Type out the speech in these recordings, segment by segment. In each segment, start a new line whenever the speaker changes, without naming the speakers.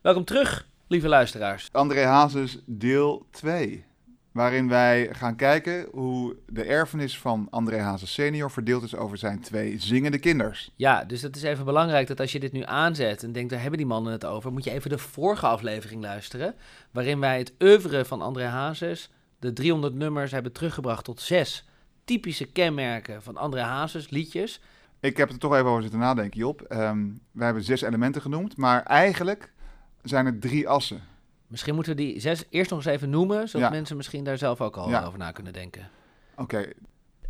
Welkom terug, lieve luisteraars.
André Hazes, deel 2. Waarin wij gaan kijken hoe de erfenis van André Hazes senior verdeeld is over zijn twee zingende kinders.
Ja, dus dat is even belangrijk dat als je dit nu aanzet en denkt, daar hebben die mannen het over, moet je even de vorige aflevering luisteren, waarin wij het oeuvre van André Hazes, de 300 nummers, hebben teruggebracht tot zes typische kenmerken van André Hazes liedjes.
Ik heb er toch even over zitten nadenken, Job. Ehm we hebben zes elementen genoemd, maar eigenlijk zijn er drie assen.
Misschien moeten we die zes eerst nog eens even noemen, zodat
Ja.
mensen misschien daar zelf ook al
Ja.
over na kunnen denken.
Oké,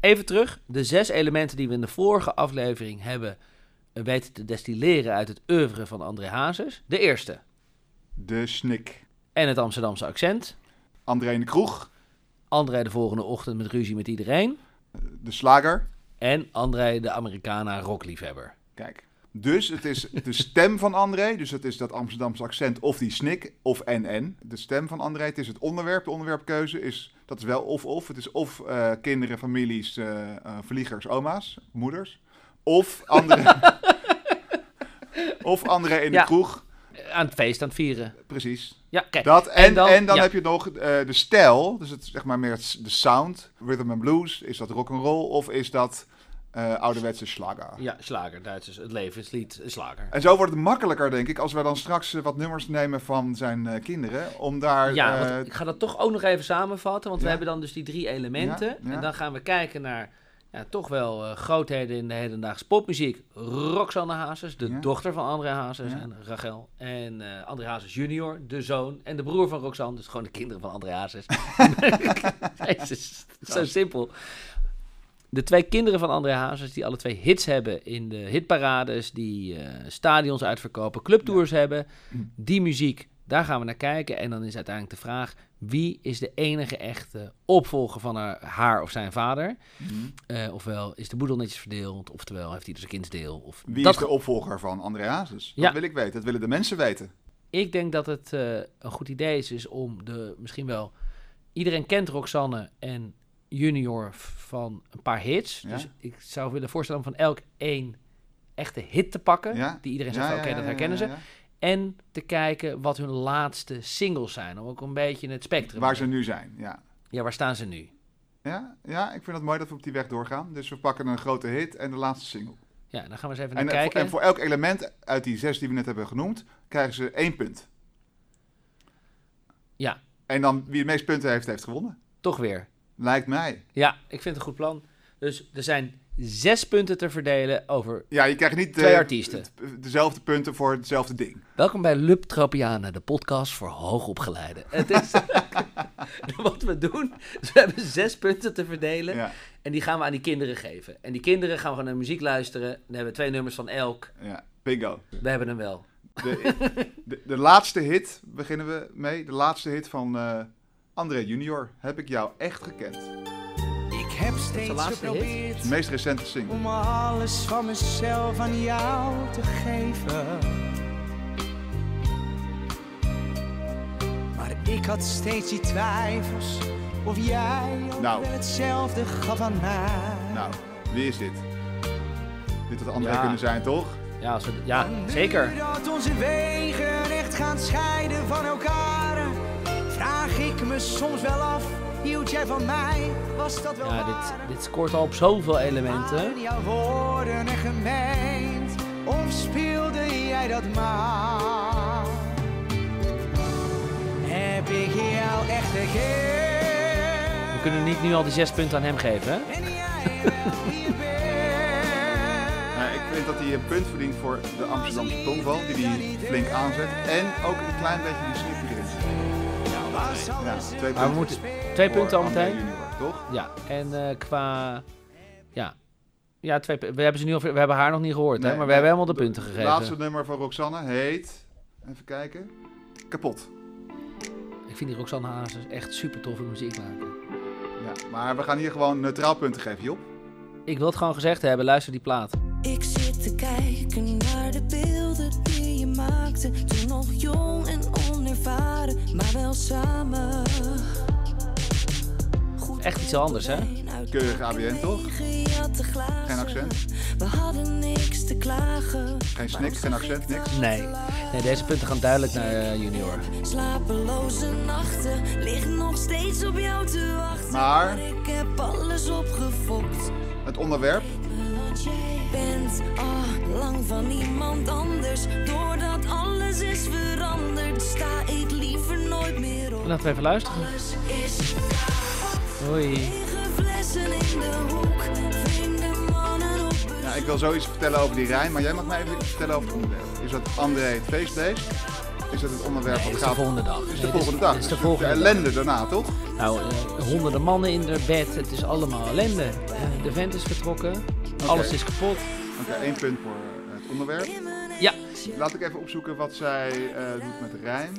Even terug, de zes elementen die we in de vorige aflevering hebben eh, weten te destilleren uit het oeuvre van André Hazes. De eerste,
de snik.
en het Amsterdamse accent.
André in de kroeg,
André de volgende ochtend met ruzie met iedereen.
de slager.
En André de Americana rockliefhebber.
Kijk. Dus het is de stem van André, dus dat is dat Amsterdamse accent of die snik of en-en. De stem van André, het is het onderwerp, de onderwerpkeuze is, dat is wel of-of. Het is of eh, kinderen, families, eh, eh, vliegers, oma's, moeders. Of André, of André in de
Ja.
kroeg,
Eh, Aan het feest, aan het vieren.
precies.
Ja, kijk.
Dat, en, en dan,
ja,
heb je nog eh, de stijl, dus het, zeg maar meer het s- de sound, rhythm and blues. Is dat rock and roll of is dat eh, ouderwetse slager?
Ja, slager, Duitsers. Het levenslied, eh, slager.
En zo wordt het makkelijker, denk ik, als wij dan straks eh, wat nummers nemen van zijn eh, kinderen. Om daar.
Ja,
eh,
want ik ga dat toch ook nog even samenvatten. Want we
ja.
hebben dan dus die drie elementen.
Ja, ja.
En dan gaan we kijken naar ja, toch wel eh, grootheden in de hedendaagse popmuziek. Roxanne Hazes, de
Ja.
dochter van André Hazes
Ja.
en Rachel. En eh, André Hazes junior, de zoon. En de broer van Roxanne, dus gewoon de kinderen van André Hazes. Jezus, zo simpel. De twee kinderen van André Hazes, die alle twee hits hebben in de hitparades, die eh, stadions uitverkopen, clubtours hebben. Die muziek, daar gaan we naar kijken. En dan is uiteindelijk de vraag, wie is de enige echte opvolger van haar, haar of zijn vader?
mhm.
Eh, ofwel, is de boedel netjes verdeeld, oftewel, heeft hij dus een kindsdeel? Of
Wie
dat
is de opvolger van André Hazes?
Ja.
Dat wil ik weten. Dat willen de mensen weten.
Ik denk dat het eh, een goed idee is, is om de misschien wel. Iedereen kent Roxanne en Junior v- van een paar hits.
Ja.
Dus ik zou willen voorstellen om van elk één echte hit te pakken.
Ja.
Die iedereen zegt: van, oké, dat herkennen ze. En te kijken wat hun laatste singles zijn. Om ook een beetje in het spectrum.
Waar
te-
ze nu zijn. Ja.
Ja, waar staan ze nu?
Ja, ja, ik vind het mooi dat we op die weg doorgaan. Dus we pakken een grote hit en de laatste single.
Ja, dan gaan we eens even
En,
naar
en voor,
kijken.
en voor elk element uit die zes die we net hebben genoemd, krijgen ze één punt.
Ja.
En dan wie het meest punten heeft, heeft gewonnen.
Toch weer.
Lijkt mij.
Ja, ik vind het een goed plan. Dus er zijn zes punten te verdelen over.
Ja, je krijgt niet eh,
Twee artiesten.
t- dezelfde punten voor hetzelfde ding.
Welkom bij Lub Tropiana, de podcast voor hoogopgeleiden. Het is wat we doen. is we hebben zes punten te verdelen
Ja,
en die gaan we aan die kinderen geven. En die kinderen gaan we gewoon naar muziek luisteren. Dan hebben we twee nummers van elk.
ja. bingo.
We hebben hem wel.
De, de, de laatste hit beginnen we mee. De laatste hit van eh, André Junior. Heb ik jou echt gekend.
Ik heb
de
steeds
laatste hit?
geprobeerd
De meest recente single.
om alles van mezelf aan jou te geven. Maar ik had steeds die twijfels of jij ook
Nou.
wel hetzelfde gaf aan mij.
Nou, wie is dit? Dit had André
Ja.
kunnen zijn, toch?
Ja, als we- ja
Nu
Nou. zeker.
dat onze wegen echt gaan scheiden van elkaar, vraag ik me soms wel af, hield jij van mij? Was dat wel
Ja,
waar?
dit, dit scoort al op zoveel elementen.
Waren jouw woorden er gemeend? Of speelde jij dat maar? Heb ik jou echt
We
gekend?
kunnen niet nu al die zes punten aan hem geven. hè?
En jij wel hier bent?
Nou, ik vind dat hij een punt verdient voor de Amsterdamse tongval. Die hij flink aanzet. En ook een klein beetje die sneak erin. zit.
Was
Ja, nou,
alles
twee
een
Maar
punten
we moeten twee
voor
punten al
André
meteen.
Junior, toch?
Ja, en eh, qua. Ja. Ja, twee, pu- we, hebben ze nu al, we hebben haar nog niet gehoord, hè?
Nee,
maar we
nee.
hebben helemaal de punten gegeven.
Het laatste nummer van Roxanne heet... Even kijken. Kapot.
Ik vind die Roxanne Hazes echt super toffe muziek maken.
Ja, maar we gaan hier gewoon neutraal punten geven, Job.
Ik wil het gewoon gezegd hebben, luister die plaat.
Ik zit te kijken naar de beelden die je maakte. Toen nog jong en onervaren, maar wel samen. Goed
Echt iets anders, hè?
Keurig ABN, toch?
ingejat te glazen.
Geen accent.
We hadden niks te klagen.
Geen snik, geen accent, niks.
Nee. nee, deze punten gaan duidelijk naar eh, junior.
Slapeloze nachten, lig nog steeds op jou te wachten.
Maar?
ik heb alles opgefokt.
Het onderwerp?
Want jij bent al lang van iemand anders. Doordat alles is veranderd, sta ik liever nooit meer op.
En laten we even luisteren.
Alles is kapot.
Hoi.
Lege flessen in de hoek, vreemde mannen op bezoek.
Ja, ik wil zoiets vertellen over die Rijn, maar jij mag mij even iets vertellen over het onderwerp. Is dat André het feestbeest? Is dat het onderwerp
Nee,
van
het is de volgende dag.
Is
Nee,
de
dit
volgende dag.
dit is de
Dus
volgende dag.
ellende daarna, toch?
Nou, eh, honderden mannen in haar bed. Het is allemaal ellende. Eh, de vent is vertrokken. Alles is kapot.
Oké, één punt voor eh, het onderwerp.
Ja,
Laat ik even opzoeken wat zij eh, doet met Rijn.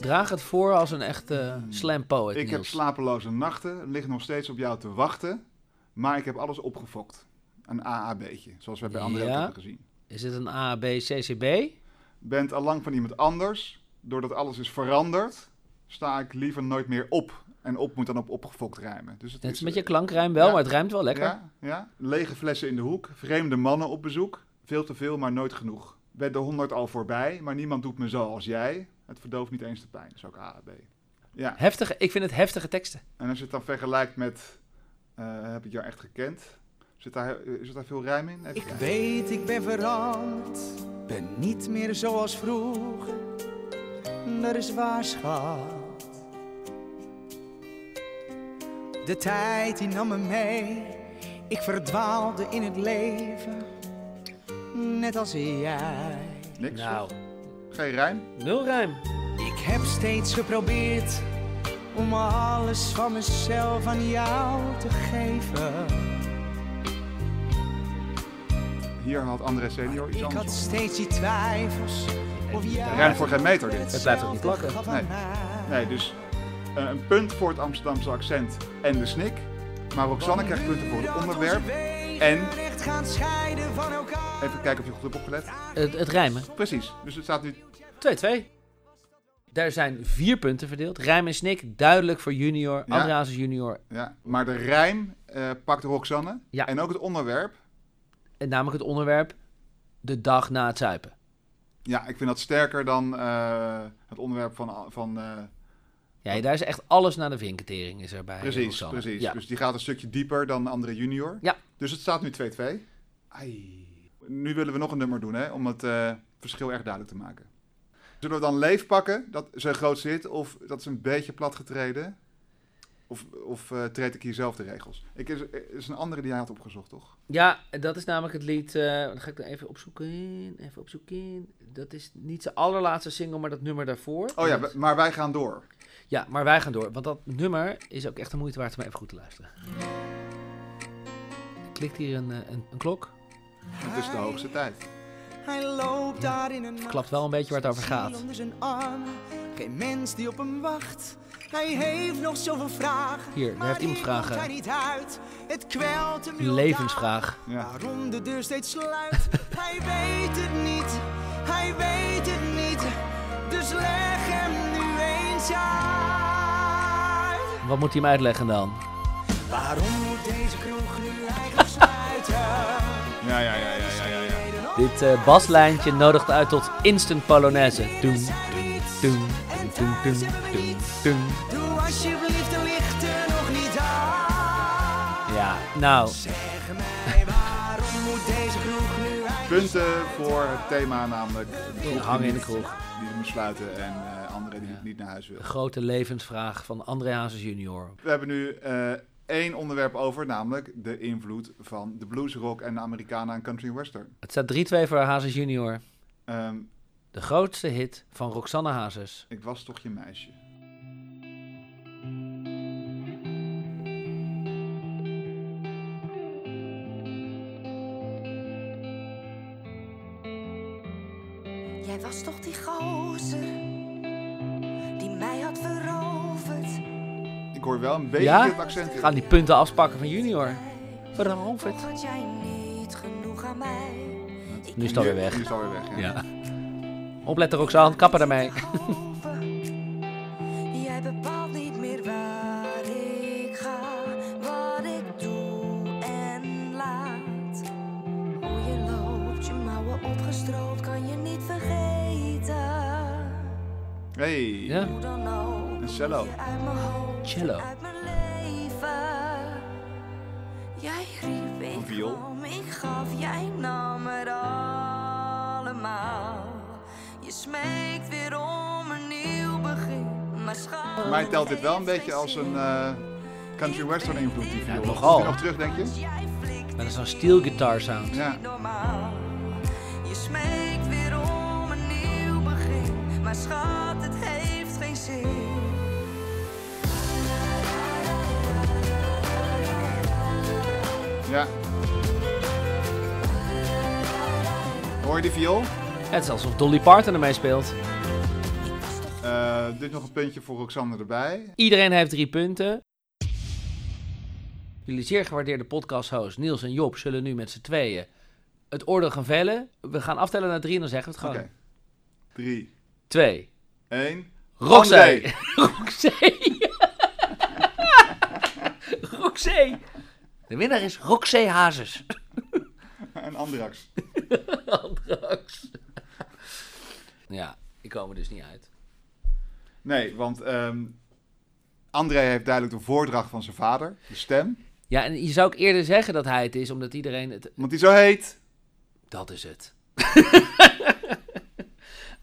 draag het voor als een echte eh, slam poet,
Ik heb
Niels.
slapeloze nachten, lig nog steeds op jou te wachten, maar ik heb alles opgefokt. Een AAB'tje, zoals we bij André ook
Ja.
hebben gezien.
Is dit een A, B, C, C, B?
Bent al lang van iemand anders, doordat alles is veranderd, sta ik liever nooit meer op. En op moet dan op opgefokt rijmen. Dus het
Het is
is,
een beetje klankrijm wel,
Ja.
maar het rijmt wel lekker.
Ja, ja. Lege flessen in de hoek, vreemde mannen op bezoek, veel te veel, maar nooit genoeg. Ben de honderd al voorbij, maar niemand doet me zo als jij. Het verdooft niet eens de pijn, dat is ook AAB. Ja,
Heftige, ik vind het heftige teksten.
En als je het dan vergelijkt met eh, Heb ik jou echt gekend? Zit daar, eh, zit daar veel ruim in? Even
Ik
kijken.
weet, ik ben veranderd, ben niet meer zoals vroeger. Dat is waar, schat. De tijd die nam me mee, ik verdwaalde in het leven, net als jij.
Niks?
Nou,
Geen rijm?
nul rijm.
Ik heb steeds geprobeerd om alles van mezelf aan jou te geven.
Hier had André Senior iets
Ik had
anders op.
steeds die twijfels. Of jij
Rijmt voor geen meter dit.
Het blijft ook niet plakken.
Gaf
Nee.
aan mij.
Nee, dus eh, een punt voor het Amsterdamse accent en de snik. Maar Roxanne krijgt punten voor het onderwerp. En?
Echt gaan scheiden van elkaar.
Even kijken of je goed hebt opgelet.
Het, het rijmen.
Precies, dus het staat nu...
2-2. Daar zijn vier punten verdeeld. Rijm en snik, duidelijk voor junior.
Ja.
André Hazes junior.
Ja, maar de rijm eh, pakt Roxanne.
Ja.
En ook het onderwerp.
En namelijk het onderwerp de dag na het zuipen.
Ja, ik vind dat sterker dan eh, het onderwerp van... van eh,
Ja, daar is echt alles naar de vinketering is erbij.
Precies,
Roxanne.
precies.
Ja.
Dus die gaat een stukje dieper dan André Junior.
Ja.
Dus het staat nu 2-2. Nu willen we nog een nummer doen, hè, om het eh, verschil erg duidelijk te maken. Zullen we dan Leef pakken, dat zijn grootste hit, of dat is een beetje platgetreden? Of, of eh, treed ik hier zelf de regels? Ik is, is een andere die hij had opgezocht, toch?
Ja, dat is namelijk het lied. eh dat ga ik er even opzoeken. Even opzoeken. Dat is niet zijn allerlaatste single, maar dat nummer daarvoor.
Oh ja,
Dat-
we- maar wij gaan door.
Ja, maar wij gaan door. Want dat nummer is ook echt de moeite waard om even goed te luisteren. Er Klikt hier een, eh, een, een klok.
Het is de hoogste tijd.
Hij loopt daar in een
Klapt wel een beetje waar het over gaat.
Onder zijn arm. Geen mens die op hem wacht. Hij heeft nog zoveel vragen.
Hier, daar
maar
heeft iemand
hier komt
vragen.
Hij niet uit. Het kwelt hem
Een
heel
levensvraag.
Ja.
Waarom de deur steeds sluit, hij weet het niet, hij weet het niet. Dus leg hem nu eens uit.
Wat moet hij hem uitleggen dan?
Waarom moet deze kroeg nu eigenlijk sluiten?
Ja, ja, ja, ja, ja, ja. ja.
Dit eh, baslijntje nodigt uit tot instant Polonaise. Doen, doen, doen, doen, doen, doen, doen.
Doe alsjeblieft de lichten nog niet aan.
Ja, nou,
Zeg mij waarom moet deze kroeg nu eigenlijk...
Punten voor het thema namelijk...
ik hang in de kroeg.
Die moet sluiten en eh anderen die niet naar huis wil.
De grote levensvraag van André Hazes junior.
We hebben nu eh, één onderwerp over, namelijk de invloed van de bluesrock en de Americana en country western.
Het staat 3-2 voor Hazes junior.
Ehm,
De grootste hit van Roxanne Hazes.
ik was toch je meisje.
Jij was toch die gozer die mij had veroverd.
Ik hoor wel een beetje
Ja?
het accent in.
Gaan die punten afpakken van junior. Veroverd.
Vond jij niet genoeg aan mij? Ik
Nu is het alweer
Nu-
weg.
nu is het alweer weg, ja.
Ja. Opletten Roxanne, kappen daarmee.
Jij bepaalt niet meer waar ik ga, wat ik doe en laat. Hoe je
Hey.
Ja.
Hoe dan ook.
Een cello.
Je uit mijn hoofd, je
Cello.
Uit mijn leven. Jij riep,
Een
ik
viool.
kwam, ik gaf, jij nam het allemaal. Je smeekt weer om een nieuw begin. Maar schat,
Voor mij telt dit wel een
het heeft
beetje
geen
als een
zin.
eh, country western invloed. Die viool.
nogal.
Kun je nog terug, denk je?
Jij flikt
Met zo'n steel guitar sound.
Ja.
normaal. Je smeekt weer om een nieuw begin. Maar schat, het heeft geen zin.
ja. Hoor je die viool?
Het is alsof Dolly Parton ermee speelt.
Eh, dus nog een puntje voor Roxanne erbij.
Iedereen heeft drie punten. Jullie zeer gewaardeerde podcasthosts Niels en Job zullen nu met z'n tweeën het oordeel gaan vellen. We gaan aftellen naar drie en dan zeggen we het
Oké.
gewoon.
Drie,
Twee.
één.
Roxy. Roxy. Roxy. De winnaar is Roxy Hazes.
En Andrax.
Andrax. Ja, die komen dus niet uit.
Nee, want ehm André heeft duidelijk de voordracht van zijn vader, de stem.
Ja, en je zou ook eerder zeggen dat hij het is, omdat iedereen het...
Want die zo heet.
Dat is het.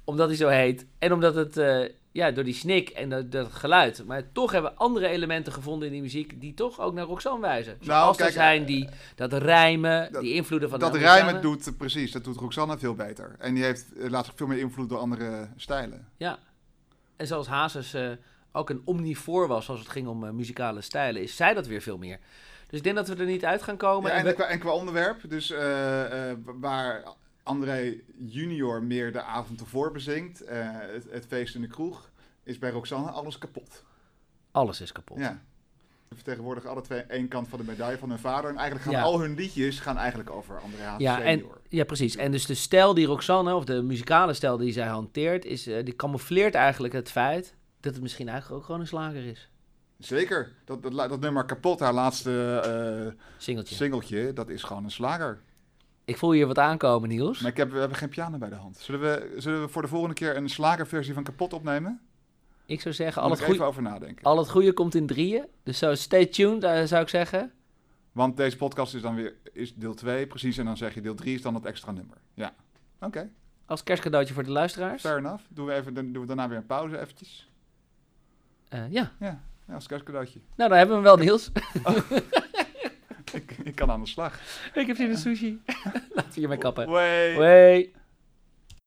omdat hij zo heet. En omdat het... eh, ja, door die snik en dat, dat geluid. Maar toch hebben we andere elementen gevonden in die muziek... die toch ook naar Roxanne wijzen. Zoals
Nou, kijk, eh,
er zijn die... Dat rijmen,
dat-
die invloeden van... de
dat
Amerikanen.
rijmen doet, eh, precies, dat doet Roxanne veel beter. En die heeft eh, laat zich veel meer invloed door andere stijlen.
Ja. En zoals Hazes eh, ook een omnivoor was als het ging om eh, muzikale stijlen... is zij dat weer veel meer. Dus ik denk dat we er niet uit gaan komen.
Ja,
en
en,
we-
qua, en qua onderwerp, dus eh, eh, waar André junior meer de avond ervoor bezingt, eh, het, het feest in de kroeg, is bij Roxanne alles kapot.
Alles is kapot.
Ja. Ze vertegenwoordigen alle twee één kant van de medaille van hun vader. En eigenlijk gaan
Ja.
al hun liedjes gaan eigenlijk over André Hazes
Ja, en,
senior.
ja, precies. En dus de stijl die Roxanne, of de muzikale stijl die zij hanteert, is, eh, die camoufleert eigenlijk het feit dat het misschien eigenlijk ook gewoon een slager is.
Zeker. Dat, dat, la- dat nummer kapot, haar laatste eh,
Singeltje.
singeltje, dat is gewoon een slager.
Ik voel hier wat aankomen, Niels.
Maar ik heb, we hebben geen piano bij de hand. Zullen we, zullen we voor de volgende keer een slagerversie van kapot opnemen?
Ik zou zeggen,
Daar
al
moet
het,
ik even
goeie,
over nadenken.
al het goede komt in drieën. Dus zo stay tuned, eh, zou ik zeggen.
Want deze podcast is dan weer is deel 2, precies. En dan zeg je deel 3 is dan het extra nummer. Ja. Oké,
Als kerstcadeautje voor de luisteraars.
fair enough. Doen we, even, dan doen we daarna weer een pauze eventjes.
Eh, ja,
Ja, ja als kerstcadeautje.
nou dan hebben we hem wel, Niels.
ik, ik kan aan de slag.
ik heb zin in sushi. Laten we hiermee kappen.
Wee.
Hoi.